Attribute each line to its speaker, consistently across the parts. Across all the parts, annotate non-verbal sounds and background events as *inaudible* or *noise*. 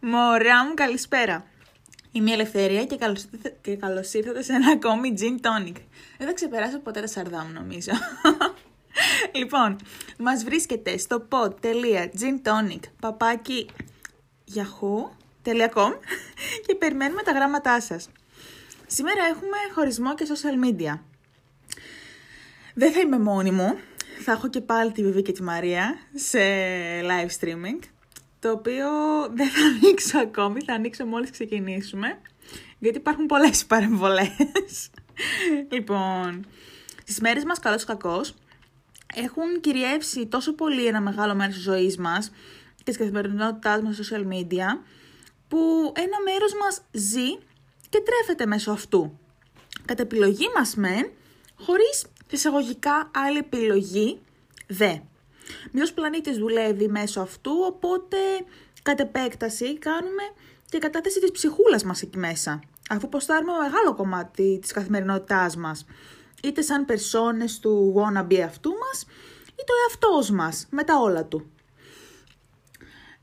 Speaker 1: Μωρά μου, καλησπέρα. Είμαι η Ελευθερία και καλώς, ήρθε- και καλώς ήρθατε σε ένα ακόμη gin tonic. Δεν θα ξεπεράσω ποτέ τα σαρδά μου, νομίζω. *laughs* λοιπόν, μας βρίσκεται στο pod.gintonic παπάκι yahoo.com και περιμένουμε τα γράμματά σας. Σήμερα έχουμε χωρισμό και social media. Δεν θα είμαι μόνη μου. Θα έχω και πάλι τη Βιβί και τη Μαρία σε live streaming. Το οποίο δεν θα ανοίξω ακόμη, θα ανοίξω μόλις ξεκινήσουμε. Γιατί υπάρχουν πολλές παρεμβολές. λοιπόν, στις μέρες μας καλός ή κακός έχουν κυριεύσει τόσο πολύ ένα μεγάλο μέρος της ζωής μας και της καθημερινότητάς μας στα social media που ένα μέρος μας ζει και τρέφεται μέσω αυτού κατά επιλογή μας μεν, χωρίς εισαγωγικά άλλη επιλογή δε. Μιας πλανήτης δουλεύει μέσω αυτού, οπότε κατ' επέκταση κάνουμε και κατάθεση της ψυχούλας μας εκεί μέσα, αφού ποστάρουμε μεγάλο κομμάτι της καθημερινότητάς μας, είτε σαν περσόνες του wannabe αυτού μας, είτε ο εαυτός μας, με τα όλα του.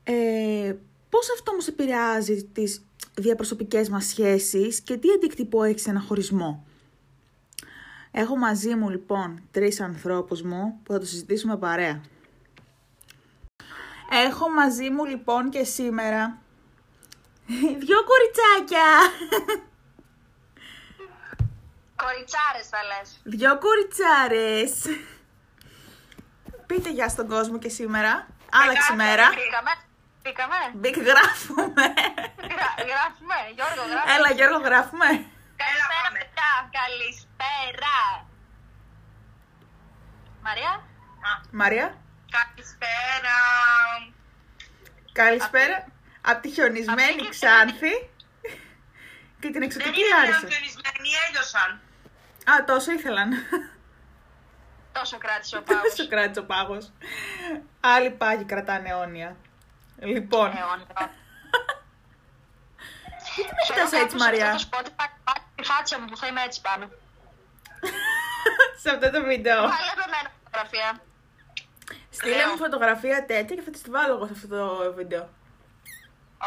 Speaker 1: Ε, πώς αυτό όμως επηρεάζει τις διαπροσωπικές μας σχέσεις και τι αντίκτυπο έχει σε ένα χωρισμό. Έχω μαζί μου λοιπόν τρεις ανθρώπους μου που θα το συζητήσουμε παρέα. Έχω μαζί μου λοιπόν και σήμερα *laughs* δυο κουριτσάκια.
Speaker 2: Κοριτσάρες θα λες.
Speaker 1: *laughs* Δυο κουριτσάρες. Πείτε γεια στον κόσμο και σήμερα. Άλλαξε η μέρα.
Speaker 2: Μπήκαμε. Μπήκαμε.
Speaker 1: Μπικ γράφουμε.
Speaker 2: Γρα- Γράφουμε. Γιώργο, γράφουμε.
Speaker 1: Έλα Γιώργο γράφουμε.
Speaker 2: Καλησπέρα, παιδιά. Καλησπέρα. Μαρία.
Speaker 1: Μαρία.
Speaker 2: Καλησπέρα.
Speaker 1: Καλησπέρα. Από τη
Speaker 2: Αυτή
Speaker 1: χιονισμένη
Speaker 2: και-
Speaker 1: Ξάνθη. και την εξωτική Λάρισα.
Speaker 2: οργανισμένοι, έδωσαν.
Speaker 1: Α, τόσο ήθελαν.
Speaker 2: Τόσο κράτησε ο Παύλος.
Speaker 1: *laughs* Τόσο κράτησε ο πάγος. Άλλοι πάγοι κρατάνε αιώνια. Λοιπόν.
Speaker 2: Ναι. Αιώνια.
Speaker 1: Γιατί με κοιτάς έτσι, Μαρία,
Speaker 2: Θα πω τη φάτσα μου που θα είμαι έτσι πάνω.
Speaker 1: *laughs* σε αυτό το βίντεο.
Speaker 2: Θα λέμε με ένα φωτογραφία.
Speaker 1: Στείλε μου φωτογραφία τέτοια και θα τη βάλω εγώ σε αυτό το βίντεο.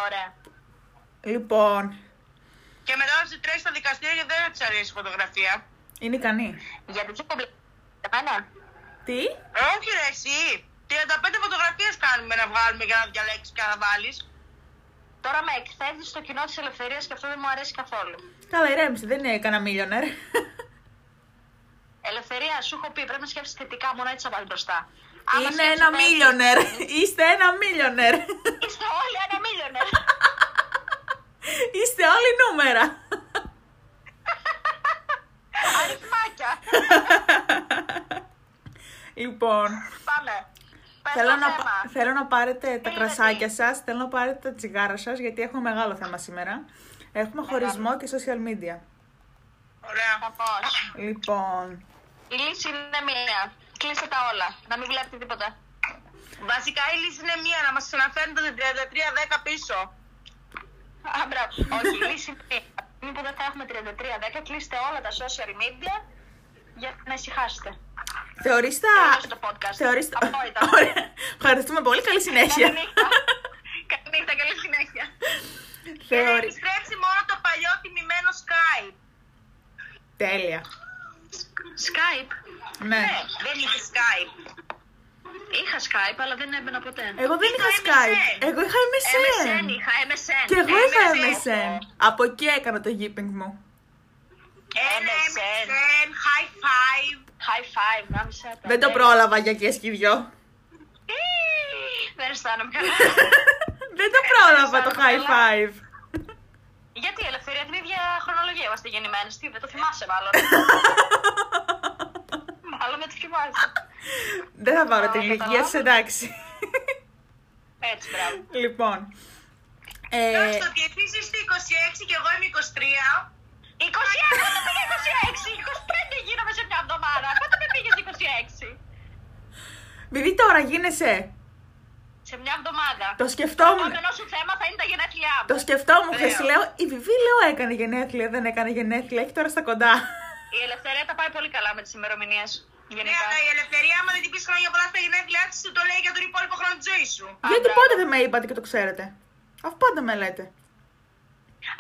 Speaker 2: Ωραία.
Speaker 1: Λοιπόν,
Speaker 3: Και μετά να σε τρέχει στα δικαστήρια γιατί δεν της αρέσει η φωτογραφία.
Speaker 1: είναι ικανή.
Speaker 2: Γιατί δεν κομπλέ. Εμένα.
Speaker 1: Τι?
Speaker 3: Ε, όχι, ρε, εσύ. 35 φωτογραφίες κάνουμε να βγάλουμε για να διαλέξεις και να βάλεις.
Speaker 2: Τώρα με εκθέτει στο κοινό της ελευθερίας και αυτό δεν μου αρέσει καθόλου.
Speaker 1: Καλά, ηρέμησε, δεν είναι κανένα μίλιονερ.
Speaker 2: Ελευθερία, σου έχω πει, πρέπει να σκέφτεσαι θετικά, μόνο έτσι θα πας μπροστά. *laughs* Άμα
Speaker 1: Είναι
Speaker 2: σκέφτεσαι
Speaker 1: ένα
Speaker 2: τα έτσι,
Speaker 1: μίλιονερ. *laughs* Είστε ένα μίλιονερ.
Speaker 2: Είστε όλοι ένα μίλιονερ.
Speaker 1: *laughs* Είστε όλοι νούμερα. *laughs*
Speaker 2: Αριθμάκια.
Speaker 1: Λοιπόν,
Speaker 2: Πάμε. Πες
Speaker 1: θέλω
Speaker 2: το
Speaker 1: να,
Speaker 2: θέμα.
Speaker 1: πα- θέλω να πάρετε τα
Speaker 2: Τι
Speaker 1: κρασάκια
Speaker 2: είναι
Speaker 1: σας, θέλω να πάρετε τα τσιγάρα σας, γιατί έχουμε μεγάλο θέμα σήμερα. Έχουμε χωρισμό και social media.
Speaker 3: Ωραία.
Speaker 2: Σαφώς.
Speaker 1: Λοιπόν,
Speaker 2: Η λύση είναι μία. Κλείστε τα όλα. Να μην βλέπετε τίποτα.
Speaker 3: Βασικά η λύση είναι μία, να μας ξαναφέρνετε τα 33-10 πίσω.
Speaker 2: Α, μπράβο. Όχι, η λύση είναι μία. Από τη στιγμή που δεν θα έχουμε 33-10, κλείστε όλα τα social media για να ησυχάσετε.
Speaker 1: θεωρείς τα...
Speaker 2: Τελείωσε το podcast.
Speaker 1: Θεωρείς τα...
Speaker 2: Απόλυτα.
Speaker 1: *laughs* Ωραία. Ευχαριστούμε πολύ. Καλή συνέχεια.
Speaker 2: Καλή νύχτα. Καλή νύχτα, καλή συνέχεια.
Speaker 1: Ε,
Speaker 3: Και να
Speaker 1: *laughs* Θεωρεί...
Speaker 3: Ε, επιστρέψει μόνο το παλιό τιμημένο Skype.
Speaker 1: Τέλεια.
Speaker 2: Skype.
Speaker 1: Ναι.
Speaker 3: Ναι, δεν είχε Skype.
Speaker 2: Είχα Skype, αλλά δεν έμπαινα ποτέ.
Speaker 1: Εγώ δεν είχα
Speaker 3: Είχα
Speaker 1: Skype.
Speaker 3: MSN.
Speaker 1: Εγώ είχα
Speaker 2: MSN
Speaker 1: MSN.
Speaker 2: είχα, MSN.
Speaker 1: Και εγώ είχα
Speaker 3: MSN.
Speaker 1: MSN. Από εκεί έκανα το γήπινγκ μου.
Speaker 2: Ε, ναι,
Speaker 3: Ένα
Speaker 2: MSN.
Speaker 3: MSN, high five.
Speaker 2: High five, να μισέ τα.
Speaker 1: Δεν το πρόλαβα για και
Speaker 2: *laughs*
Speaker 1: σκυβιό.
Speaker 2: Ε, Δεν αισθάνομαι
Speaker 1: *laughs*
Speaker 2: καλά.
Speaker 1: Δεν το πρόλαβα το high five. *laughs*
Speaker 2: Γιατί ελευθερία την ίδια χρονολογία είμαστε γεννημένοι. Τι, δεν το θυμάσαι
Speaker 1: *laughs*
Speaker 2: μάλλον. μάλλον δεν το θυμάσαι.
Speaker 1: Δεν θα πάρω την
Speaker 2: Α,
Speaker 1: ηλικία
Speaker 2: καταλάβα.
Speaker 1: σας, εντάξει. *laughs*
Speaker 2: Έτσι, μπράβο.
Speaker 1: Λοιπόν. Ε,
Speaker 3: Εντάξει, ότι εσύ είστε 26 και εγώ είμαι 23.
Speaker 2: 26, πότε πήγε 26, 25 γίνομαι σε μια εβδομάδα. Πότε με πήγες 26.
Speaker 1: Βιβί τώρα γίνεσαι.
Speaker 2: Σε μια εβδομάδα.
Speaker 1: Το σκεφτόμουν.
Speaker 2: Το επόμενο σου θέμα θα είναι τα γενέθλιά μου.
Speaker 1: Το σκεφτόμουν
Speaker 3: Ωραίο.
Speaker 1: χθες. Λέω, η Βιβί λέω έκανε γενέθλια, δεν έκανε γενέθλια. Έχει τώρα στα κοντά.
Speaker 2: Η ελευθερία τα πάει πολύ καλά με τις ημερομηνίες.
Speaker 3: Ναι,
Speaker 2: Γενικά.
Speaker 3: αλλά η ελευθερία χρόνια πολλά στα γενέθλιά της, σου το λέει για τον υπόλοιπο χρόνο της ζωής σου.
Speaker 1: Γιατί
Speaker 2: μπράβο.
Speaker 1: πάντα δεν με είπατε και το ξέρετε. Αφού πάντα με λέτε.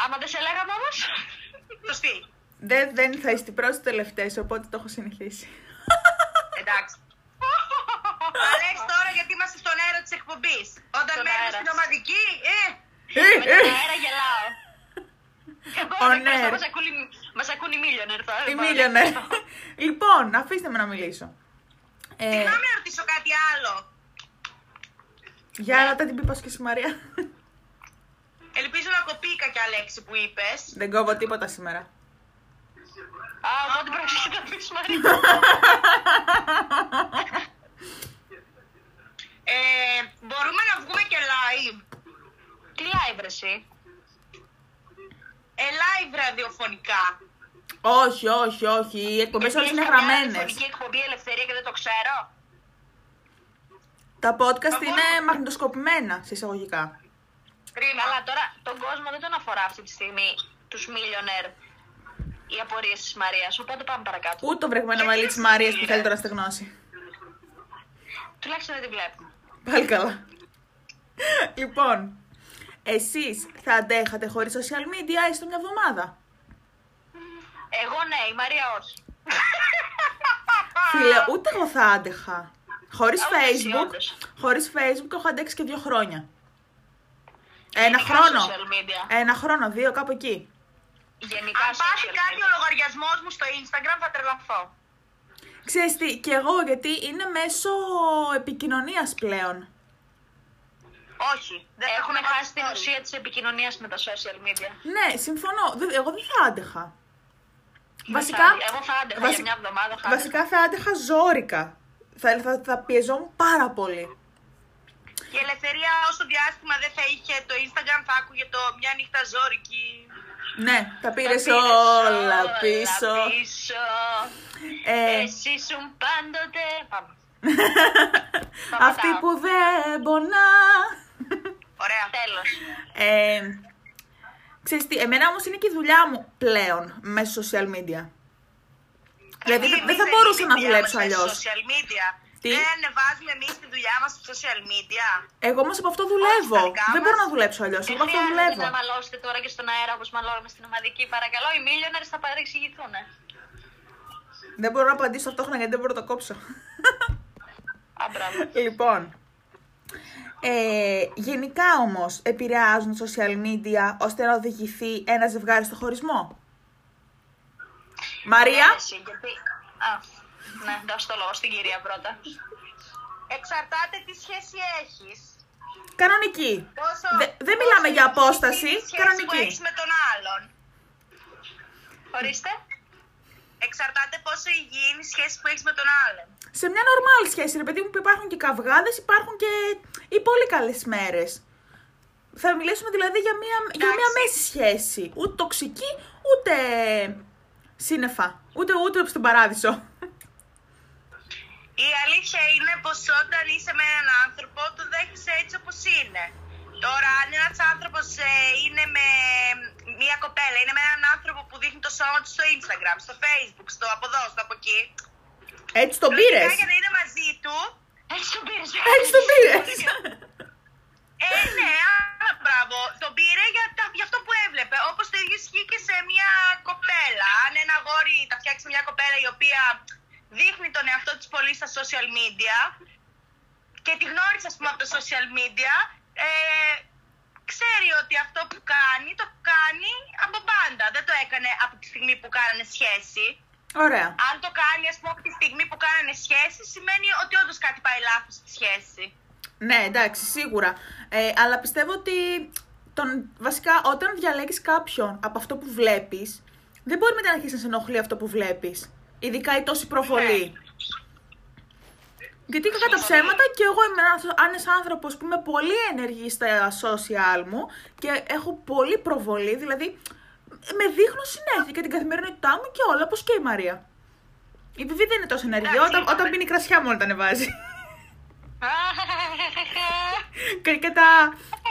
Speaker 2: Άμα δεν σε λέγαμε όμως.
Speaker 3: Σωστή.
Speaker 1: Δεν, δεν θα είστε οι πρώτοι τελευταίες, οπότε το έχω συνηθίσει.
Speaker 3: Εντάξει. Τα λε τώρα γιατί είμαστε στον αέρα της εκπομπής. Όταν
Speaker 2: Στον
Speaker 3: μένει
Speaker 2: αέρα.
Speaker 3: στην ομαδική, ε!
Speaker 2: Με τον αέρα *laughs* γελάω. Εγώ
Speaker 1: On
Speaker 2: δεν ξέρω,
Speaker 1: air.
Speaker 2: μας ακούνε- Μας ακούνε ναι, οι millionaire τώρα.
Speaker 1: Η
Speaker 2: δεν μπορώ να
Speaker 1: Μίλιονερ.
Speaker 2: σκεφτώ.
Speaker 1: λοιπόν, αφήστε με να μιλήσω. Ε,
Speaker 3: Συγγνώμη να ρωτήσω κάτι άλλο.
Speaker 1: για να τα την πει και στη Μαρία.
Speaker 3: Ελπίζω να κοπεί η κακιά λέξη που είπες.
Speaker 1: δεν κόβω τίποτα σήμερα.
Speaker 2: Α, οπότε πρέπει να το πεις *laughs* Μαρία.
Speaker 3: Ε, μπορούμε να βγούμε και live.
Speaker 2: Τι live ρε εσύ.
Speaker 3: Ε, live ραδιοφωνικά.
Speaker 1: όχι, όχι, όχι. Οι εκπομπές όλε
Speaker 2: Έχεις
Speaker 1: είναι
Speaker 2: καμιά
Speaker 1: γραμμένε.
Speaker 2: ραδιοφωνική εκπομπή ελευθερία και δεν το ξέρω.
Speaker 1: Τα podcast
Speaker 3: Εγώ-
Speaker 1: είναι μαγνητοσκοπημένα, σε εισαγωγικά.
Speaker 3: Κρίμα.
Speaker 2: Καλά, τώρα τον κόσμο δεν τον αφορά αυτή τη στιγμή τους millionaire οι απορίες της Μαρίας. Οπότε πάμε παρακάτω.
Speaker 1: Ούτε το βρεγμένο
Speaker 3: Γιατί
Speaker 1: μαλλί
Speaker 3: εσύ
Speaker 1: της Μαρίας που
Speaker 3: είναι.
Speaker 1: θέλει τώρα να στεγνώσει.
Speaker 2: Τουλάχιστον δεν τη βλέπουμε.
Speaker 1: Πάλι καλά. λοιπόν, εσείς θα αντέχατε χωρίς social media έστω μια εβδομάδα.
Speaker 2: Εγώ ναι, η Μαρία όχι.
Speaker 1: Φίλε, ούτε εγώ θα άντεχα. Χωρίς
Speaker 2: Α, όχι,
Speaker 1: facebook,
Speaker 2: όντως.
Speaker 1: χωρίς facebook έχω αντέξει και δύο χρόνια. Ένα
Speaker 2: Γενικά
Speaker 1: χρόνο.
Speaker 2: social media.
Speaker 1: Ένα χρόνο, δύο, κάπου εκεί.
Speaker 2: Γενικά
Speaker 3: Αν πάθει
Speaker 2: social
Speaker 3: κάτι
Speaker 2: media.
Speaker 3: ο λογαριασμός μου στο Instagram θα τρελαθώ.
Speaker 1: Ξέρεις τι, και εγώ γιατί είναι μέσω επικοινωνίας πλέον.
Speaker 3: Όχι. Δεν
Speaker 2: Έχουμε
Speaker 3: θα
Speaker 2: χάσει την
Speaker 3: story.
Speaker 2: ουσία της επικοινωνίας με τα social media.
Speaker 1: Ναι, συμφωνώ. Δεν- εγώ δεν θα άντεχα. Βασικά,
Speaker 2: Δεν θα- εγώ θα άντεχα
Speaker 1: βασι-
Speaker 2: για μια εβδομάδα. Θα
Speaker 1: βασικά θα άντεχα ζόρικα. Θα, θα, θα πιεζόμουν πάρα πολύ.
Speaker 3: Η ελευθερία όσο διάστημα δεν θα είχε το Instagram θα άκουγε το μια νύχτα ζόρικη.
Speaker 1: Ναι, τα
Speaker 2: Τα
Speaker 1: πήρες
Speaker 2: πήρες
Speaker 1: όλα πίσω.
Speaker 2: πίσω.
Speaker 1: Ε,
Speaker 2: Εσύ σου πάντοτε. Πάμε.
Speaker 1: αυτή
Speaker 2: πατάω.
Speaker 1: που δεν πονά.
Speaker 3: Ωραία.
Speaker 2: Τέλος.
Speaker 1: Ε, ξέρεις τι, εμένα όμως είναι και η δουλειά μου πλέον μέσω social media. Δηλαδή δεν- δεν θα
Speaker 3: Εμείς
Speaker 1: μπορούσα
Speaker 3: εμείς
Speaker 1: να
Speaker 3: τη δουλειά
Speaker 1: δουλέψω
Speaker 3: μας στα
Speaker 1: αλλιώς.
Speaker 3: Social media.
Speaker 1: Τι?
Speaker 3: Δεν ανεβάζουμε εμείς τη δουλειά μας στα social media.
Speaker 1: Εγώ όμως από αυτό δουλεύω.
Speaker 3: δικά
Speaker 1: Δεν
Speaker 3: μας.
Speaker 1: μπορώ να δουλέψω αλλιώς.
Speaker 2: Δεν
Speaker 1: Εγώ από αυτό
Speaker 2: χρειάζεται να
Speaker 1: δουλεύω.
Speaker 2: μαλώσετε τώρα και στον αέρα όπως μαλώνουμε στην ομαδική. Παρακαλώ, οι millionaires θα παρεξηγηθούν.
Speaker 1: Δεν μπορώ να απαντήσω ταυτόχρονα γιατί δεν μπορώ να το κόψω.
Speaker 2: Αμπράβο.
Speaker 1: Λοιπόν, ε, γενικά όμως επηρεάζουν social media ώστε να οδηγηθεί ένα ζευγάρι στο χωρισμό. Μαρία,
Speaker 2: Εσύ, γιατί. Α, ναι, δώσ' το λόγο στην κυρία πρώτα.
Speaker 3: Εξαρτάται τι σχέση έχεις.
Speaker 1: κανονική. Δε- δεν μιλάμε για απόσταση, κανονική.
Speaker 3: Έχεις με τον άλλον.
Speaker 2: Ορίστε.
Speaker 3: Εξαρτάται πόσο υγιεινή σχέση που έχεις με τον άλλον.
Speaker 1: Σε μια normal σχέση, ρε παιδί μου, που υπάρχουν και καυγάδες, υπάρχουν και οι πολύ καλές μέρες. Θα μιλήσουμε δηλαδή για μια, για μια
Speaker 3: Εντάξει.
Speaker 1: μέση σχέση. Ούτε τοξική, ούτε σύννεφα. Ούτε, ούτε στον παράδεισο.
Speaker 3: Η αλήθεια είναι πως όταν είσαι με έναν άνθρωπο, το δέχεσαι έτσι όπως είναι. Τώρα, αν ένας άνθρωπος είναι με μία κοπέλα, είναι με έναν άνθρωπο που δείχνει το σώμα του στο Instagram, στο Facebook, στο από εδώ, στο από εκεί.
Speaker 1: Έτσι τον
Speaker 3: λογικά
Speaker 1: πήρες.
Speaker 3: Για να είναι μαζί του,
Speaker 2: Έτσι τον πήρες.
Speaker 1: Έτσι τον πήρες.
Speaker 3: Ε, ναι, άρα μπράβο. Τον πήρε για, τα- για αυτό που έβλεπε. Όπως το ίδιο ισχύει και σε μια κοπέλα. Αν ένα αγόρι τα φτιάξει μια κοπέλα η οποία δείχνει τον εαυτό της πολύ στα social media και τη γνώρισε, ας πούμε, από τα social media, ε, ξέρει ότι αυτό που κάνει το κάνει από πάντα. Δεν το έκανε από τη στιγμή που κάνανε σχέση.
Speaker 1: Ωραία.
Speaker 3: Αν το κάνει, ας πούμε, από τη στιγμή που κάνανε σχέση, σημαίνει ότι όντως κάτι πάει λάθος στη σχέση.
Speaker 1: Ναι, εντάξει, σίγουρα. Ε, αλλά πιστεύω ότι τον, βασικά όταν διαλέγεις κάποιον από αυτό που βλέπεις, δεν μπορεί μετά να αρχίσεις να σε ενοχλεί αυτό που βλέπεις. Ειδικά η τόση προβολή.
Speaker 3: Ναι.
Speaker 1: Γιατί κατά τα ψέματα και εγώ είμαι ένας άνθρωπος που είμαι πολύ ενεργή στα social μου και έχω πολύ προβολή, δηλαδή με δείχνω συνέχεια και την καθημερινότητά μου και όλα, όπως και η Μαρία. Η Βιβί δεν είναι τόσο ενεργή,
Speaker 3: Εντάξει,
Speaker 1: όταν, όταν
Speaker 3: είπαμε.
Speaker 1: πίνει κρασιά μόνο τα ανεβάζει. Και, και, τα,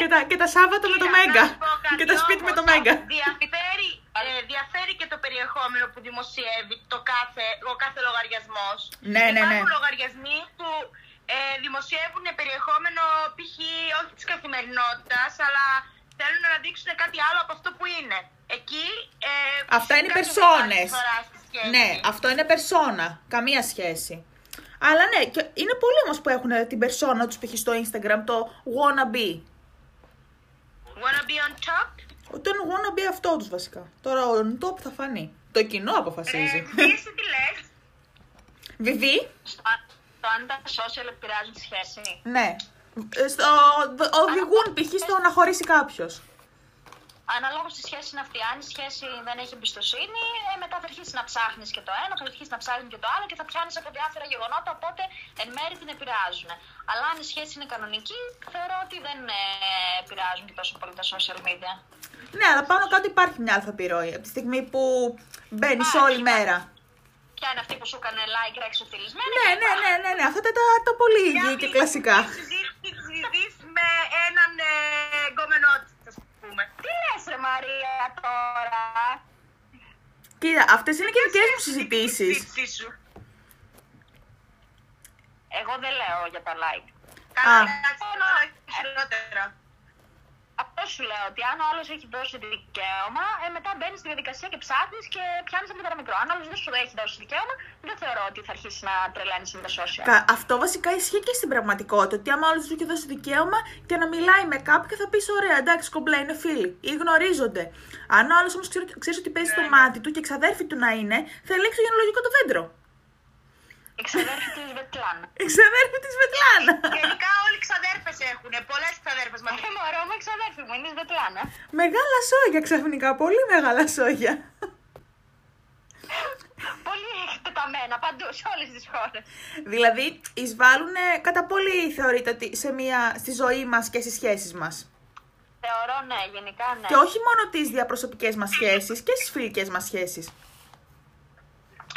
Speaker 1: και, τα, και τα Σάββατα με το
Speaker 3: Κοίτα, να
Speaker 1: Μέγκα.
Speaker 3: σου πω κάτι
Speaker 1: Και τα σπίτι με
Speaker 3: όμως,
Speaker 1: το Μέγκα.
Speaker 3: Διαφέρει, ε, διαφέρει και το περιεχόμενο που δημοσιεύει το κάθε, ο κάθε λογαριασμός.
Speaker 1: Ναι, ναι, ναι.
Speaker 3: Υπάρχουν λογαριασμοί που ε, δημοσιεύουν περιεχόμενο π.χ. όχι της καθημερινότητας, αλλά θέλουν να δείξουν κάτι άλλο από αυτό που είναι. Εκεί... Ε,
Speaker 1: Αυτά είναι
Speaker 3: φυσικά δεν
Speaker 1: περσόνες.
Speaker 3: υπάρχει διαφορά στη σχέση.
Speaker 1: Ναι, αυτό είναι περσόνα. Καμία σχέση. Αλλά ναι, και είναι πολλοί όμως που έχουν την περσόνα τους π.χ. στο Instagram, το wannabe.
Speaker 3: Wanna be on top.
Speaker 1: Τον wannabe αυτό τους βασικά. Τώρα ο top θα φανεί. Το κοινό αποφασίζει. *laughs*
Speaker 3: Ε, εσύ τι λες.
Speaker 1: Βιβί,
Speaker 2: Στο, το αν τα social επηρεάζουν τη σχέση.
Speaker 1: ναι. Ε, Στο, δ- οδηγούν π.χ. στο να χωρίσει κάποιος.
Speaker 2: Αναλόγως στη σχέση είναι αυτή. Αν η σχέση δεν έχει εμπιστοσύνη, ε, μετά θα αρχίσεις να ψάχνεις και το ένα, θα αρχίσεις να ψάχνεις και το άλλο και θα πιάνεις από διάφορα γεγονότα. Οπότε εν μέρει την επηρεάζουν. Αλλά αν η σχέση είναι κανονική, θεωρώ ότι δεν ε, επηρεάζουν και τόσο πολύ τα social media.
Speaker 1: Ναι, αλλά πάνω κάτω υπάρχει μια αλφα επιρροή. Από τη στιγμή που μπαίνει όλη μέρα.
Speaker 2: Ποια είναι αυτή που σου έκανε like, έξω τυλισμένη.
Speaker 1: Ναι, ναι, ναι, ναι, ναι. Αυτά τα, τα, τα πολύ υγιή και κλασικά.
Speaker 3: Συζητήσεις με έναν ε, γκόμενό της, ας πούμε.
Speaker 2: Τι λες ρε Μαρία τώρα.
Speaker 1: Κοίτα, αυτές είναι και δικές μου συζητήσεις.
Speaker 3: Συζήτησή σου.
Speaker 2: Εγώ δεν λέω για τα like.
Speaker 3: Καλά,
Speaker 1: Α.
Speaker 3: εντάξει, όλα χειρότερα.
Speaker 2: Αυτό σου λέω ότι αν ο άλλος έχει δώσει δικαίωμα, ε, μετά μπαίνει στη διαδικασία και ψάχνεις και πιάνεις από τα μικρό. Αν ο άλλος δεν σου έχει δώσει δικαίωμα, δεν θεωρώ ότι θα αρχίσεις να τρελαίνεις με τα social.
Speaker 1: Κα- Αυτό βασικά ισχύει και στην πραγματικότητα. Ότι άμα όλο του έχει δώσει δικαίωμα και να μιλάει με κάποιον θα πεις: Ωραία, εντάξει, κομπλέ είναι φίλοι ή γνωρίζονται. Αν ο άλλος όμως ξέρει ότι παίζει το μάτι του και ξαδέρφη του να είναι, θα ελέγξει το γενολογικό το δέντρο.
Speaker 2: Εξαδέρφη τη Βετλάν.
Speaker 1: Εξαδέρφη τη Βετλάνα.
Speaker 3: Γενικά όλοι οι ξαδέρφες έχουν, πολλές ξαδέρφες μαζί.
Speaker 2: Ε, μωρό μου, εξαδέρφη μου, είναι η Βετλάν. ε.
Speaker 1: μεγάλα σόγια ξαφνικά, πολύ μεγάλα σόγια.
Speaker 2: Πολύ εκτεταμένα παντού σε όλες τις χώρες.
Speaker 1: δηλαδή, εισβάλλουν κατά πολύ θεωρείται ότι σε μια, στη ζωή μας και στις σχέσεις μας.
Speaker 2: Θεωρώ ναι, γενικά ναι.
Speaker 1: Και όχι μόνο τις διαπροσωπικές μας σχέσεις και στις φιλικές μας σχέσεις.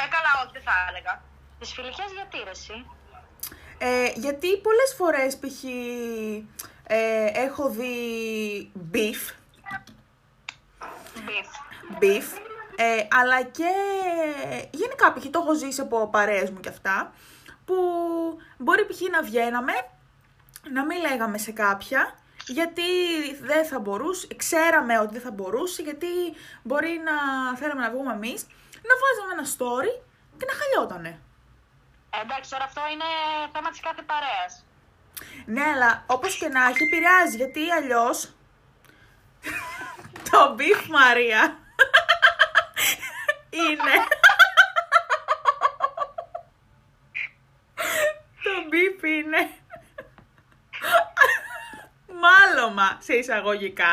Speaker 3: Ε, καλά, όχι, δεν θα έλεγα.
Speaker 2: Τι φιλικέ γιατί ρε, εσύ.
Speaker 1: Ε, γιατί πολλές φορές π.χ. ε, έχω δει beef,
Speaker 2: Μπιφ.
Speaker 1: beef ε, αλλά και γενικά π.χ. το έχω ζήσει από παρέες μου και αυτά που μπορεί π.χ. να βγαίναμε, να μην λέγαμε σε κάποια γιατί δεν θα μπορούσε, ξέραμε ότι δεν θα μπορούσε γιατί μπορεί να θέλαμε να βγούμε εμείς να βάζαμε ένα story και να χαλιότανε.
Speaker 2: Ε, εντάξει, τώρα αυτό είναι θέμα της κάθε παρέας.
Speaker 1: Ναι, αλλά όπως και να έχει, επηρεάζει. Γιατί αλλιώς. *laughs* το μπιφ Μαρία. *laughs* είναι. *laughs* το μπιφ είναι. *laughs* Μάλωμα σε εισαγωγικά.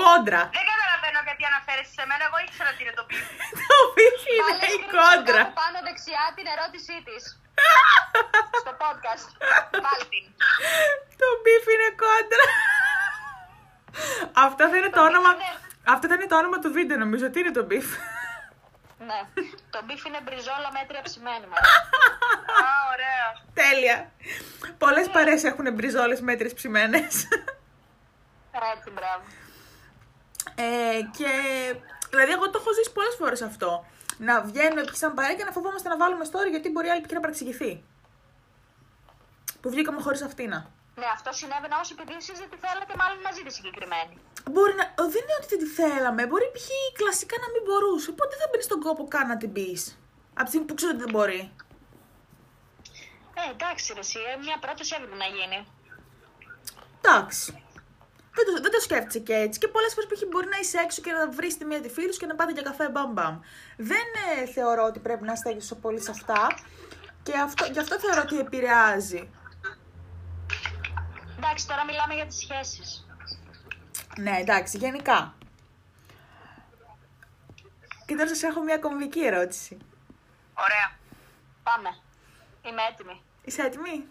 Speaker 1: Κόντρα. *laughs*
Speaker 3: Δεν καταλαβαίνω γιατί αναφέρεσαι σε μένα, εγώ ήξερα τι είναι το πίσω.
Speaker 1: Το μπιφ είναι η κόντρα.
Speaker 2: Πάνω δεξιά την ερώτησή της.
Speaker 1: *laughs*
Speaker 2: Στο podcast. Βάλ την.
Speaker 1: Το μπιφ είναι κόντρα. Αυτό θα είναι το όνομα. Αυτό θα είναι το όνομα του βίντεο, νομίζω. Τι είναι το μπιφ.
Speaker 2: Ναι. Το μπιφ είναι μπριζόλα μέτρια ψημένη. μωρέ.
Speaker 3: Α, ωραία.
Speaker 1: Τέλεια. Πολλές παρέ έχουν μπριζόλε μέτρε ψημένες.
Speaker 2: Έτσι, μπράβο.
Speaker 1: ε, και. Δηλαδή, εγώ το έχω ζήσει πολλές φορές αυτό. Να βγαίνουμε π.χ. σαν παρέα και να φοβόμαστε να βάλουμε story γιατί μπορεί άλλη π.χ. να παρεξηγηθεί. Που βγήκαμε χωρίς αυτήνα.
Speaker 2: Ναι, αυτό συνέβαινε όσο επειδή εσείς δεν τη θέλετε, μάλλον μαζί τη συγκεκριμένη.
Speaker 1: Μπορεί να. ο, Δεν είναι ότι δεν τη θέλαμε. Μπορεί π.χ. κλασικά να μην μπορούσε. Οπότε δεν θα μπει στον κόπο καν να την πεις. Από τη στιγμή που ξέρω ότι δεν μπορεί.
Speaker 2: Ε, εντάξει, ρε, εσύ, ε, μια πρόταση έπρεπε να γίνει.
Speaker 1: Εντάξει. Δεν το, δεν το σκέφτεσαι και έτσι. Και πολλές φορές π.χ. μπορεί να είσαι έξω και να βρεις τη μία τη φίλη σου και να πάτε για καφέ μπαμ μπαμ. Δεν ε, θεωρώ ότι πρέπει να στέκει τόσο πολύ σε αυτά. Και αυτό, γι' αυτό θεωρώ ότι επηρεάζει.
Speaker 2: Εντάξει, τώρα μιλάμε για τις σχέσεις.
Speaker 1: Ναι, εντάξει, γενικά. Και τώρα σας έχω μια κομβική ερώτηση.
Speaker 3: Ωραία.
Speaker 2: Πάμε. Είμαι έτοιμη.
Speaker 1: Είσαι έτοιμη?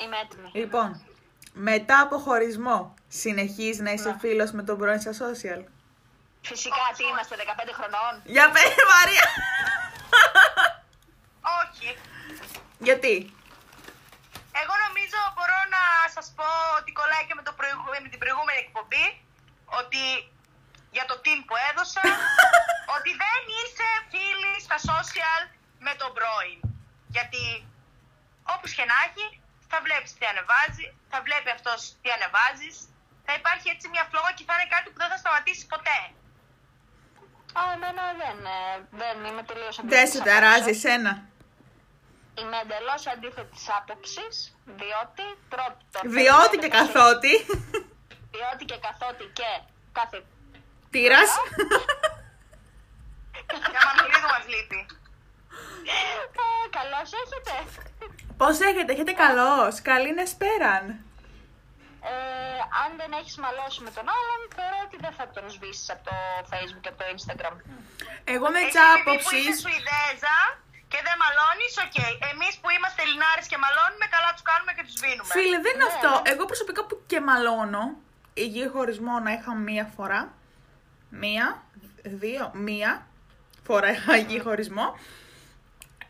Speaker 2: Είμαι έτοιμη.
Speaker 1: Λοιπόν, μετά από χωρισμό, συνεχίζει να
Speaker 3: Ναι.
Speaker 1: είσαι φίλος με τον πρώην σας social.
Speaker 2: Φυσικά, τι είμαστε, 15 χρονών.
Speaker 1: Για πε, Μαρία!
Speaker 3: Όχι.
Speaker 1: Γιατί?
Speaker 3: Εγώ νομίζω μπορώ να σας πω ότι κολλάει και με, το προηγου- με την προηγούμενη εκπομπή. Ότι για το team που έδωσα, ότι δεν είσαι φίλη στα social με τον πρώην. Γιατί Όπως και να έχει, θα βλέπεις τι ανεβάζει, θα βλέπει αυτός τι ανεβάζεις. Θα υπάρχει έτσι μια φλόγα και θα είναι κάτι που δεν θα σταματήσει ποτέ.
Speaker 2: Α, εμένα δεν, ε, δεν είμαι τελείως
Speaker 1: Δεν σε ταράζει εσένα.
Speaker 2: Είμαι εντελώς αντίθετη άποψης, διότι πρώτον.
Speaker 1: Διότι και καθότι.
Speaker 2: Διότι και καθότι και κάθε.
Speaker 1: Τύρας.
Speaker 3: *laughs* Για μανουλίδου μα λείπει.
Speaker 2: Ε, Καλώς έχετε.
Speaker 1: Πώς έχετε, έχετε καλός, καλή είναι σπέραν.
Speaker 2: Ε, αν δεν έχεις μαλώσει με τον άλλον, θεωρώ ότι δεν θα τον σβήσεις από το Facebook και από το Instagram.
Speaker 1: Εγώ με
Speaker 3: Εσύ
Speaker 1: τις
Speaker 3: επειδή που είσαι
Speaker 1: άποψης,
Speaker 3: Σουηδέζα και δεν μαλώνεις, οκ. Εμείς που είμαστε Ελληνάρες και μαλώνουμε, καλά τους κάνουμε και τους βίνουμε.
Speaker 1: φίλε δεν είναι αυτό. Εγώ προσωπικά που και μαλώνω, υγιή χωρισμό να είχα μία φορά, μία, δύο, μία φορά είχα υγιή χωρισμό,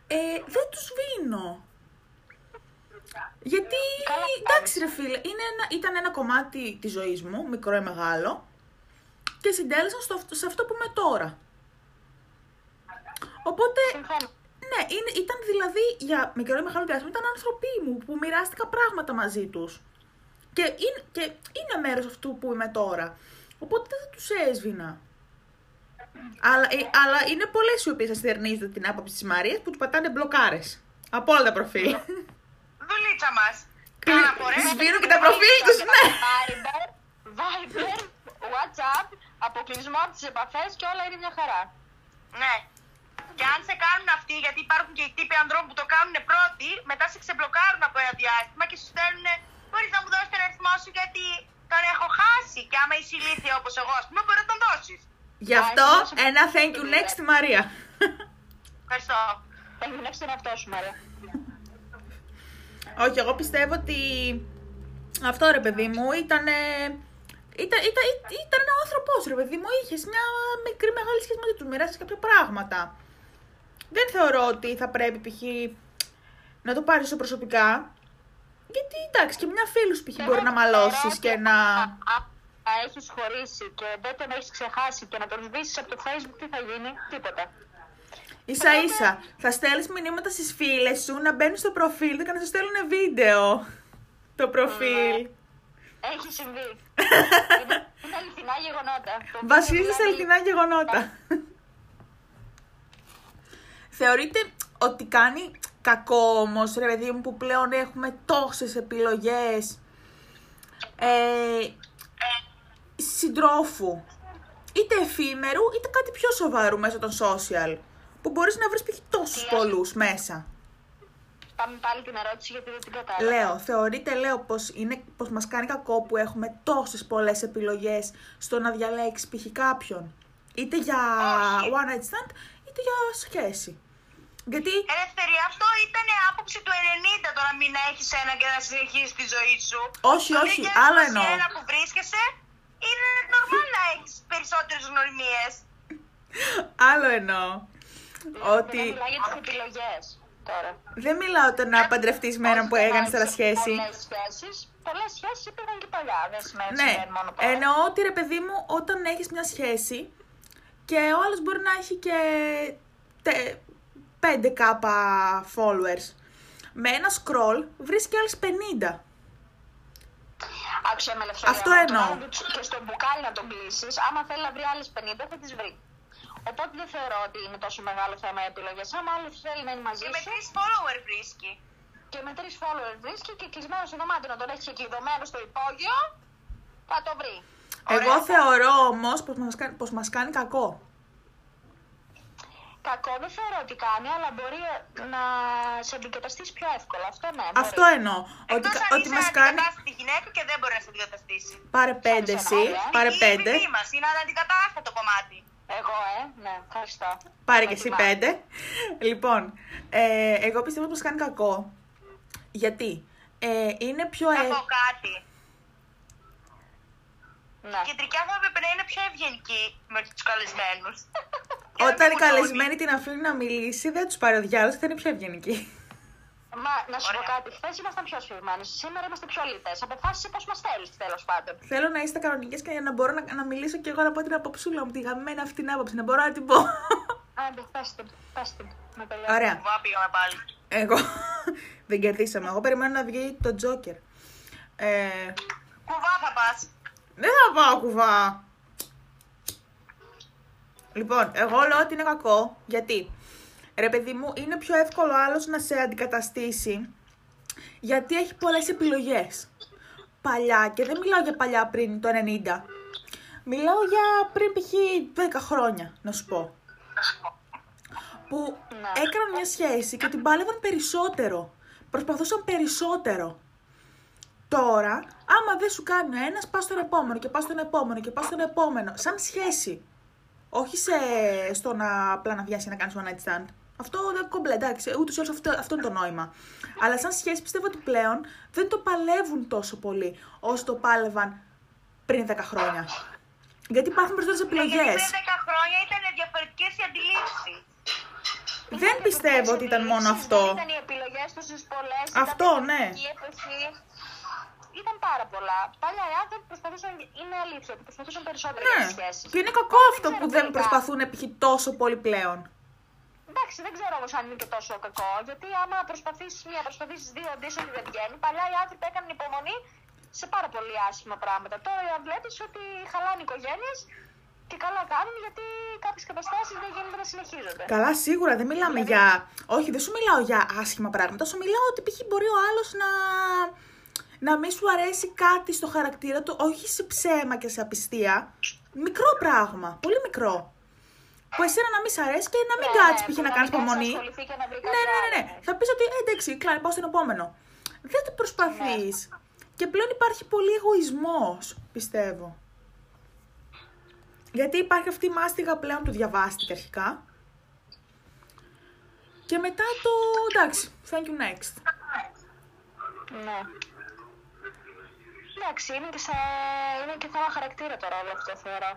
Speaker 1: ε, δεν τους βίνω. Γιατί,
Speaker 2: Καλά
Speaker 1: εντάξει ρε φίλε, είναι ένα, ήταν ένα κομμάτι της ζωής μου, μικρό ή μεγάλο, και συντέλεσαν στο, αυ- σε αυτό που είμαι τώρα. Οπότε,
Speaker 2: Συμφωνώ.
Speaker 1: ναι, είναι, ήταν δηλαδή για μικρό ή μεγάλο διάστημα, ήταν άνθρωποι μου που μοιράστηκα πράγματα μαζί τους. Και είναι, και είναι μέρος αυτού που είμαι τώρα. Οπότε δεν θα τους έσβηνα. Αλλά, ε, αλλά είναι πολλές οι οποίες αστερνίζονται την άποψη της Μαρίας που τους πατάνε μπλοκάρες. Από όλα τα προφίλ.
Speaker 3: Δουλίτσα μα.
Speaker 1: Σβήνουν και τα προφίλ τους, ναι.
Speaker 2: Viber, Viber, WhatsApp, αποκλεισμό από τις επαφές και όλα είναι μια χαρά.
Speaker 3: Ναι. Και αν σε κάνουν αυτοί, γιατί υπάρχουν και οι τύποι ανδρών που το κάνουν πρώτοι, μετά σε ξεμπλοκάρουν από ένα διάστημα και σου στέλνουν Μπορείς να μου δώσεις τον αριθμό σου γιατί τον έχω χάσει. Και άμα είσαι ηλίθια όπως εγώ, ας πούμε, μπορεί να τον δώσεις.
Speaker 1: Γι' αυτό ένα thank you next στη Μαρία.
Speaker 3: Ευχαριστώ.
Speaker 2: Θα γυρνεύσει τον εαυτό σου, Μαρία.
Speaker 1: Όχι, εγώ πιστεύω ότι αυτό ρε παιδί μου ήταν. Ήταν, ήταν, ήταν ο άνθρωπο, ρε παιδί μου. Είχες μια μικρή μεγάλη σχέση μαζί του. Μοιράστηκες κάποια πράγματα. Δεν θεωρώ ότι θα πρέπει π.χ. να το πάρεις στο προσωπικά. Γιατί εντάξει, και μια φίλη σου π.χ. μπορεί να μαλώσει και να.
Speaker 2: Αν έχεις χωρίσει και δεν τον έχεις ξεχάσει και να τον σβήσεις από το Facebook, τι θα γίνει, τίποτα.
Speaker 1: ίσα ίσα. Θα στέλνεις μηνύματα στις φίλες σου να μπαίνει στο προφίλ του και να σου στέλνουν βίντεο. Το προφίλ.
Speaker 2: Έχει
Speaker 1: *laughs*
Speaker 2: συμβεί. είναι, είναι αληθινά γεγονότα. Δηλαδή, Το οποίο
Speaker 1: Βασίζεται σε
Speaker 2: μιλάνε-
Speaker 1: αληθινά γεγονότα. Θεωρείτε ότι κάνει κακό όμως, ρε παιδί μου, που πλέον έχουμε τόσες επιλογές ε, συντρόφου. Είτε εφήμερου, είτε κάτι πιο σοβαρού μέσα των social. Που μπορείς να βρεις π.χ. τόσους πολλούς μέσα.
Speaker 2: Πάμε πάλι την ερώτηση γιατί δεν την κατάλαβα.
Speaker 1: Λέω, θεωρείτε, λέω, πως, είναι, πως μας κάνει κακό που έχουμε τόσες πολλές επιλογές στο να διαλέξεις π.χ. κάποιον. Είτε για
Speaker 3: Όχι.
Speaker 1: one night stand, είτε για σχέση. Γιατί,
Speaker 3: Ελεύθερη, αυτό ήταν άποψη του 90 το να μην έχεις ένα και να συνεχίσεις τη ζωή σου.
Speaker 1: όχι,
Speaker 3: Το
Speaker 1: όχι,
Speaker 3: 2021
Speaker 1: άλλο εννοώ.
Speaker 3: που βρίσκεσαι, είναι normal να έχεις περισσότερες γνωριμίες.
Speaker 1: Άλλο εννοώ.
Speaker 2: Δεν
Speaker 1: Ότι
Speaker 2: μιλάω για τις επιλογές τώρα.
Speaker 1: δεν μιλάω το να παντρευτείς με
Speaker 2: ε,
Speaker 1: έναν που έκανε τώρα σχέση.
Speaker 2: Πολλές σχέσεις. Πολλές σχέσεις υπήρχαν και παλιά. Δεν σημαίνει ότι
Speaker 1: Ναι,
Speaker 2: συμβαίνει μόνο τώρα.
Speaker 1: εννοώ ότι ρε παιδί μου, όταν έχεις μια σχέση και ο άλλος μπορεί να έχει και 5k followers. Με ένα scroll βρεις και άλλες 50.
Speaker 2: Άκουσα με ελευθερία.
Speaker 1: Αυτό
Speaker 2: Τον
Speaker 1: εννοώ.
Speaker 2: άλλο τους- Και στο μπουκάλι να τον κλείσεις, άμα θέλει να βρει άλλες 50, θα τις βρει. Οπότε δεν θεωρώ ότι είναι τόσο μεγάλο θέμα οι επιλογέ. Άμα άλλος θέλει να είναι μαζί
Speaker 3: Και με
Speaker 2: σου
Speaker 3: τρεις follower βρίσκει.
Speaker 2: και με τρεις followers βρίσκει και κλεισμένος στο δωμάτιο να τον έχεις εκεί δωμένο στο υπόγειο, θα το βρει.
Speaker 1: Εγώ θεωρώ όμως πως μας, κάνει, πως μας κάνει κακό.
Speaker 2: Κακό δεν θεωρώ ότι κάνει, αλλά μπορεί να σε αντικαταστήσει πιο εύκολα. Αυτό ναι. μπορεί.
Speaker 1: Αυτό εννοώ. Ότι,
Speaker 3: Εκτός αν
Speaker 1: ότι
Speaker 3: είσαι
Speaker 1: μας κάνει...
Speaker 3: αντικατάστατη γυναίκα και δεν μπορεί να σε αντικαταστήσει.
Speaker 1: Πάρε πέντε
Speaker 2: σαν
Speaker 1: εσύ,
Speaker 2: άλλο, ε.
Speaker 1: πάρε
Speaker 3: Είναι η
Speaker 1: πέντε.
Speaker 3: επιθυμία μας, είναι αναντικατάστατο κομμάτι.
Speaker 2: Εγώ, ε, ναι, ευχαριστώ.
Speaker 1: Πάρε
Speaker 2: Με
Speaker 1: και εσύ
Speaker 2: τιμάς.
Speaker 1: πέντε. *laughs* Λοιπόν, ε, εγώ πιστεύω πως μας κάνει κακό. Γιατί ε, είναι πιο...
Speaker 3: Θα
Speaker 1: ε-
Speaker 3: πω κάτι.
Speaker 2: Ναι.
Speaker 3: Η κεντρική μου έπρεπε να είναι πιο ευγενική με τους καλεσμένους. Ε,
Speaker 1: Όταν οι καλεσμένοι την αφήνουν να μιλήσει, δεν τους πάρει ο διάλογος και θα είναι πιο ευγενική. *laughs*
Speaker 2: Μα, να σου πω
Speaker 3: Ωραία.
Speaker 2: κάτι. Χθες ήμασταν πιο σφιγμένοι. Σήμερα είμαστε πιο λιτές. Αποφάσισε πώς μας θέλεις, τέλος πάντων.
Speaker 1: Θέλω να είστε κανονικές και να μπορώ να, να μιλήσω και εγώ να πω την αποψούλα μου, τη γαμμένα αυτή την άποψη, να μπορώ να την πω.
Speaker 2: Άντε, πες την. Πες την. Με τελειώνει.
Speaker 1: Ωραία.
Speaker 3: Βάπη πήγαμε πάλι.
Speaker 1: Εγώ *laughs* δεν κερδίσαμε. Εγώ περιμένω να βγει το Τζόκερ. Ε,
Speaker 3: Κουβά θα πας.
Speaker 1: δεν θα πάω κουβά. Λοιπόν, εγώ λέω ότι είναι κακό. Γιατί, ρε παιδί μου, είναι πιο εύκολο άλλος να σε αντικαταστήσει. Γιατί έχει πολλές επιλογές. Παλιά, και δεν μιλάω για παλιά πριν το 90. Μιλάω για πριν π.χ. 10 χρόνια, να σου πω. Που έκαναν μια σχέση και την πάλευαν περισσότερο. Προσπαθούσαν περισσότερο. Τώρα, άμα δεν σου κάνει ένας, πας στον επόμενο και πας στον επόμενο και πας στον επόμενο. Σαν σχέση. Όχι σε, στο να απλά να βιάσει να κάνεις one night stand. Αυτό δεν κομπλέ, εντάξει, ούτως ή άλλως αυτό, αυτό είναι το νόημα. Αλλά σαν σχέση πιστεύω ότι πλέον δεν το παλεύουν τόσο πολύ όσο το πάλευαν πριν 10 χρόνια. Γιατί υπάρχουν περισσότερες
Speaker 3: Ναι, Γιατί
Speaker 1: επιλογές.
Speaker 3: πριν 10 χρόνια ήταν διαφορετικές οι αντιλήψεις.
Speaker 1: Δεν πιστεύω ότι ήταν μόνο αυτό.
Speaker 2: Δεν ήταν οι επιλογές τους στις πολλέ.
Speaker 1: Αυτό, ναι.
Speaker 2: Εποχή. Ήταν πάρα πολλά. Παλιά οι άνθρωποι προσπαθούσαν, είναι αλήθεια, ότι προσπαθούσαν περισσότερο για
Speaker 1: Ναι.
Speaker 2: τις σχέσεις.
Speaker 1: Και είναι κακό αυτό
Speaker 2: ξέρω
Speaker 1: που δεν
Speaker 2: τελικά.
Speaker 1: προσπαθούν π.χ. τόσο πολύ πλέον.
Speaker 2: Εντάξει, δεν ξέρω όμως αν είναι και τόσο κακό. Γιατί άμα προσπαθήσεις μία, προσπαθήσεις δύο, αντίστοιχα και δεν βγαίνει. Παλιά οι άνθρωποι έκαναν υπομονή σε πάρα πολύ άσχημα πράγματα. Τώρα βλέπεις ότι χαλάνε οικογένειες και καλά κάνουν γιατί κάποιες καταστάσεις δεν γίνεται να συνεχίζονται.
Speaker 1: Καλά, σίγουρα δεν μιλάμε
Speaker 2: Δηλαδή-
Speaker 1: για. Όχι, δεν σου μιλάω για άσχημα πράγματα. Σου μιλάω ότι π.χ. μπορεί ο άλλος να. να μην σου αρέσει κάτι στο χαρακτήρα του, όχι σε ψέμα και σε απιστία. Μικρό πράγμα. Πολύ μικρό. Που εσένα να μην σ' αρέσει και να μην
Speaker 2: Ναι,
Speaker 1: κάτσεις
Speaker 2: ναι,
Speaker 1: π.χ.
Speaker 2: που
Speaker 1: να
Speaker 2: να
Speaker 1: κάνει
Speaker 2: μην κάτσει να
Speaker 1: υπομονή.
Speaker 2: ασχοληθεί και να βρει κάτι
Speaker 1: Ναι, ναι, ναι, ναι.
Speaker 2: άλλο.
Speaker 1: Θα πεις ότι «Ε, εντάξει, κλάνε, πάω στον επόμενο. Δεν το προσπαθείς. Και πλέον υπάρχει πολύ εγωισμός, πιστεύω. Γιατί υπάρχει αυτή η μάστιγα πλέον που διαβάστηκε αρχικά. Και μετά το. εντάξει, thank you next.
Speaker 2: Ναι. Εντάξει, είναι και, σε... είναι και θέμα χαρακτήρα το ρόλο αυτό, θεωρώ.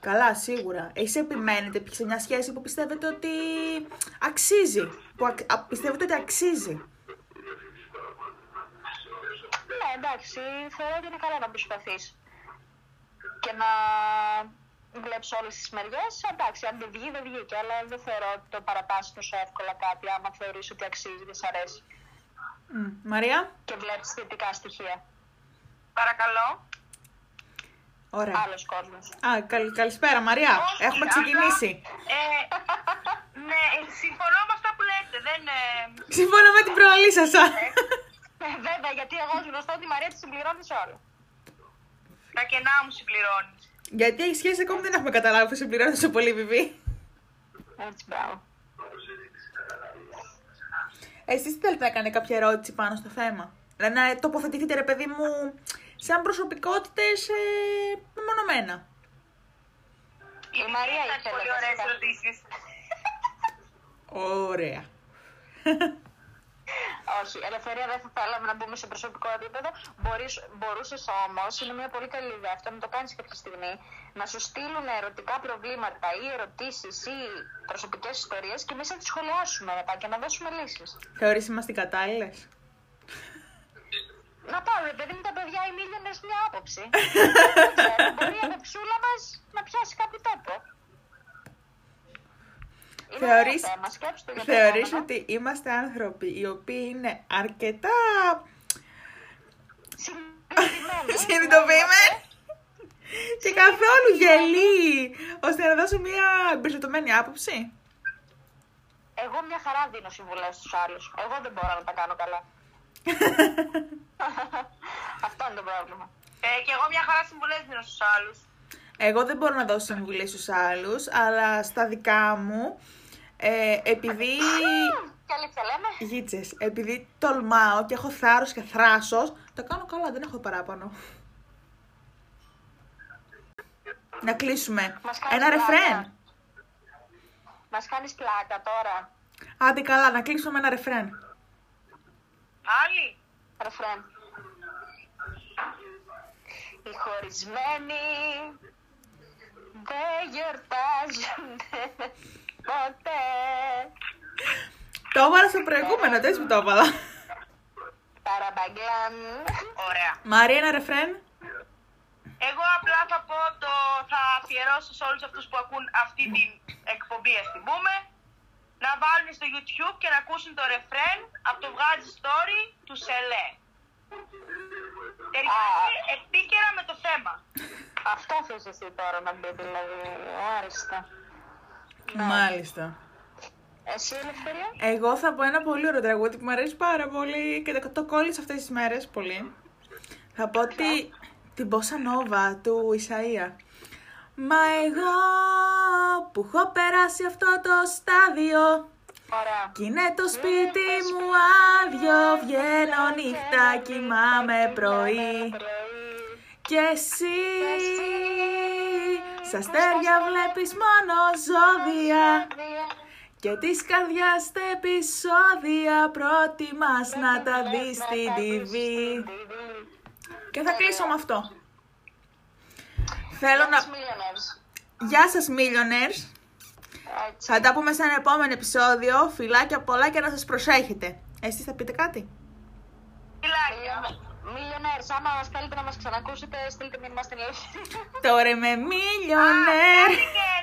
Speaker 1: Καλά, σίγουρα. Εσύ επιμένετε π.χ. σε μια σχέση που πιστεύετε ότι αξίζει. Που ακ- α- πιστεύετε ότι αξίζει.
Speaker 2: Ναι, εντάξει, θεωρώ ότι είναι καλό να προσπαθείς και να βλέπεις όλες τις μεριές. Εντάξει, αν δεν βγει, δεν βγήκε, αλλά δεν θεωρώ ότι το παρατάσσει τόσο εύκολα κάτι άμα θεωρείς ότι αξίζει και σ' αρέσει
Speaker 1: Μμ. Μαρία,
Speaker 2: και βλέπεις θετικά στοιχεία.
Speaker 3: Παρακαλώ.
Speaker 1: ωραία.
Speaker 2: Άλλος κόσμος.
Speaker 1: Α, καλ- καλησπέρα Μαρία.
Speaker 3: Όχι,
Speaker 1: Έχουμε
Speaker 3: αλλά-
Speaker 1: ξεκινήσει.
Speaker 3: Ε, ναι, ε, συμφωνώ με αυτά που λέτε. Δεν, ε,
Speaker 1: Συμφωνώ με την προαλή σας.
Speaker 2: Ε, Βέβαια, γιατί εγώ ως γνωστό τη Μαρία τη συμπληρώνει όλο.
Speaker 3: τα κενά μου συμπληρώνει.
Speaker 1: Γιατί έχει σχέση ακόμη δεν έχουμε καταλάβει που συμπληρώνει τόσο πολύ, Βιβί.
Speaker 2: Έτσι, μπράβο.
Speaker 1: Εσείς θέλετε να κάνετε κάποια ερώτηση πάνω στο θέμα. Δηλαδή να τοποθετηθείτε, ρε παιδί μου, σαν προσωπικότητες ε, μεμονωμένα.
Speaker 2: Η Μαρία
Speaker 3: Ήταν
Speaker 2: ήθελε
Speaker 3: πολύ ωραίε
Speaker 2: βασικά.
Speaker 3: ερωτήσεις.
Speaker 1: Ωραία.
Speaker 2: Όχι, ελευθερία δεν θα θέλαμε να μπούμε σε προσωπικό επίπεδο. Μπορούσες όμως, είναι μια πολύ καλή ιδέα αυτό, να το κάνεις κάποια στιγμή, να σου στείλουν ερωτικά προβλήματα ή ερωτήσεις ή προσωπικές ιστορίες και εμεί να τις σχολιάσουμε μετά και να δώσουμε λύσεις.
Speaker 1: Θεωρείς είμαστε κατάλληλες.
Speaker 2: Να πάρουν, επειδή είναι τα παιδιά οι μίλιονε μια άποψη. Δεν ξέρω, μπορεί η άποψούλα μας να πιάσει κάποιο τόπο. Είναι ωραίο
Speaker 1: Θεωρείς-
Speaker 2: θέμα, σκέψου το για το
Speaker 1: Θεωρείς
Speaker 2: επόμενο.
Speaker 1: ότι είμαστε άνθρωποι οι οποίοι είναι αρκετά
Speaker 2: Συνειδητοποιημένοι.
Speaker 1: συνειδητοποιημένοι και καθόλου γελοί, ώστε να δώσουν μια εμπεριστατωμένη άποψη.
Speaker 2: Εγώ μια χαρά δίνω συμβουλές στους άλλους. Εγώ δεν μπορώ να τα κάνω καλά. *laughs* Αυτό είναι το πρόβλημα.
Speaker 3: Ε, και εγώ μια χαρά συμβουλές δίνω στους άλλους.
Speaker 1: Εγώ δεν μπορώ να δώσω συμβουλή στους άλλους, αλλά στα δικά μου, ε, επειδή...
Speaker 2: Και αλήθεια λέμε.
Speaker 1: Γίτσες, επειδή τολμάω και έχω θάρρος και θράσος, τα κάνω καλά, δεν έχω παράπονο. Να κλείσουμε.
Speaker 2: Μας κάνεις
Speaker 1: Ένα
Speaker 2: πλάκα.
Speaker 1: ρεφρέν.
Speaker 2: Μας κάνεις πλάκα τώρα.
Speaker 1: Άντε καλά, να κλείσουμε με ένα ρεφρέν.
Speaker 3: Άλλοι.
Speaker 2: Ρεφρέν. Οι χωρισμένοι δεν γιορτάζονται ποτέ.
Speaker 1: Το έβαλα στο προηγούμενο, έτσι που το έβαλα.
Speaker 2: Παραμπαγκλάν.
Speaker 3: Ωραία.
Speaker 1: Μαρία, ένα ρεφρέν.
Speaker 3: Εγώ απλά θα πω το. Θα αφιερώσω σε όλους αυτούς που ακούν αυτή την εκπομπή, ας την πούμε, να βάλουν στο YouTube και να ακούσουν το ρεφρέν από το βγάζει story του Σελέ. Ταιριάζει επίκαιρα με το θέμα.
Speaker 2: Αυτό θες εσύ τώρα να μπει, δηλαδή. Άριστα. Ναι.
Speaker 1: Μάλιστα.
Speaker 2: Εσύ, Ελευθερία.
Speaker 1: Εγώ θα πω ένα πολύ ωραίο τραγούδι που μου αρέσει πάρα πολύ και το, το κόλλησα αυτές τις μέρες πολύ. Θα πω τη, την Bossa Nova του Ισαΐα. Μα εγώ που έχω περάσει αυτό το στάδιο
Speaker 2: Ωραία.
Speaker 1: Κι είναι το σπίτι μου άδειο, βγαίνω νύχτα, κοιμάμαι πρωί Κι εσύ, σ' αστέρια βλέπεις μόνο ζώδια Και της καρδιάς τα επεισόδια προτιμάς να τα δεις στην TV Και θα κλείσω με αυτό Θέλω να... Γεια σας millionaires θα τα πούμε σε ένα επόμενο επεισόδιο. Φιλάκια πολλά και να σας προσέχετε. Εσείς θα πείτε κάτι.
Speaker 3: Φιλάκια.
Speaker 2: Millionaires, άμα θέλετε να μας ξανακούσετε, στείλτε μήνυμα στην Ελευθερία.
Speaker 1: Τώρα είμαι millionaire.
Speaker 3: Και